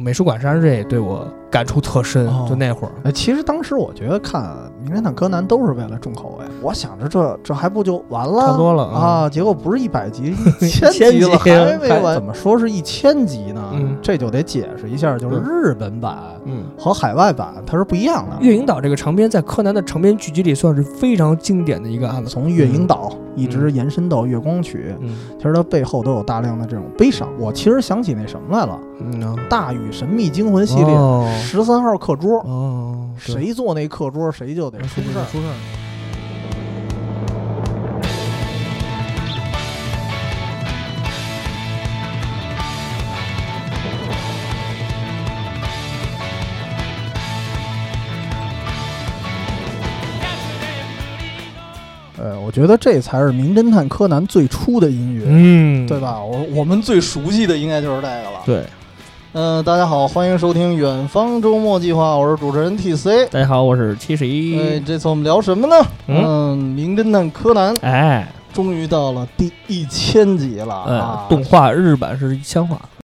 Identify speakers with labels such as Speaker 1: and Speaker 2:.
Speaker 1: 美术馆山这对我感触特深，
Speaker 2: 哦
Speaker 1: 就那会儿，
Speaker 2: 哎，其实当时我觉得看《名侦探柯南》都是为了重口味，我想着这这还不就完了？
Speaker 1: 差不多了嗯
Speaker 2: 啊！结果不是一百集， 一
Speaker 1: 千
Speaker 2: 千集了，
Speaker 1: 集
Speaker 2: 还没
Speaker 1: 还
Speaker 2: 完。怎么说是一千集呢？
Speaker 1: 嗯
Speaker 2: 这就得解释一下，就是
Speaker 1: 对
Speaker 2: 日本版
Speaker 1: 嗯。
Speaker 2: 和海外版它是不一样的。
Speaker 1: 月影岛这个长篇在柯南的长篇剧集里算是非常经典的一个案子。
Speaker 2: 从月影岛一直延伸到月光曲，
Speaker 1: 嗯
Speaker 2: 其实它背后都有大量的这种悲伤。我其实想起那什么来了，《
Speaker 1: 嗯，
Speaker 2: 大禹神秘惊魂》系列
Speaker 1: 哦
Speaker 2: 十三号课桌，
Speaker 1: 哦，对
Speaker 2: 谁坐那课桌谁就得出事儿。
Speaker 1: 出事儿。
Speaker 2: 呃，我觉得这才是《名侦探柯南》最初的音乐。
Speaker 1: 嗯，
Speaker 2: 对？吧？我我们最熟悉的应该就是这个了。
Speaker 1: 对，
Speaker 2: 嗯、大家好，欢迎收听《远方周末计划》，我是主持人 T C。
Speaker 1: 大家好，我是七十
Speaker 2: 哎，
Speaker 1: 一。
Speaker 2: 这次我们聊什么呢？
Speaker 1: 嗯
Speaker 2: 嗯，名侦探柯南》
Speaker 1: 哎，
Speaker 2: 终于到了第一千集了、
Speaker 1: 呃
Speaker 2: 啊，！
Speaker 1: 动画日版是一千话，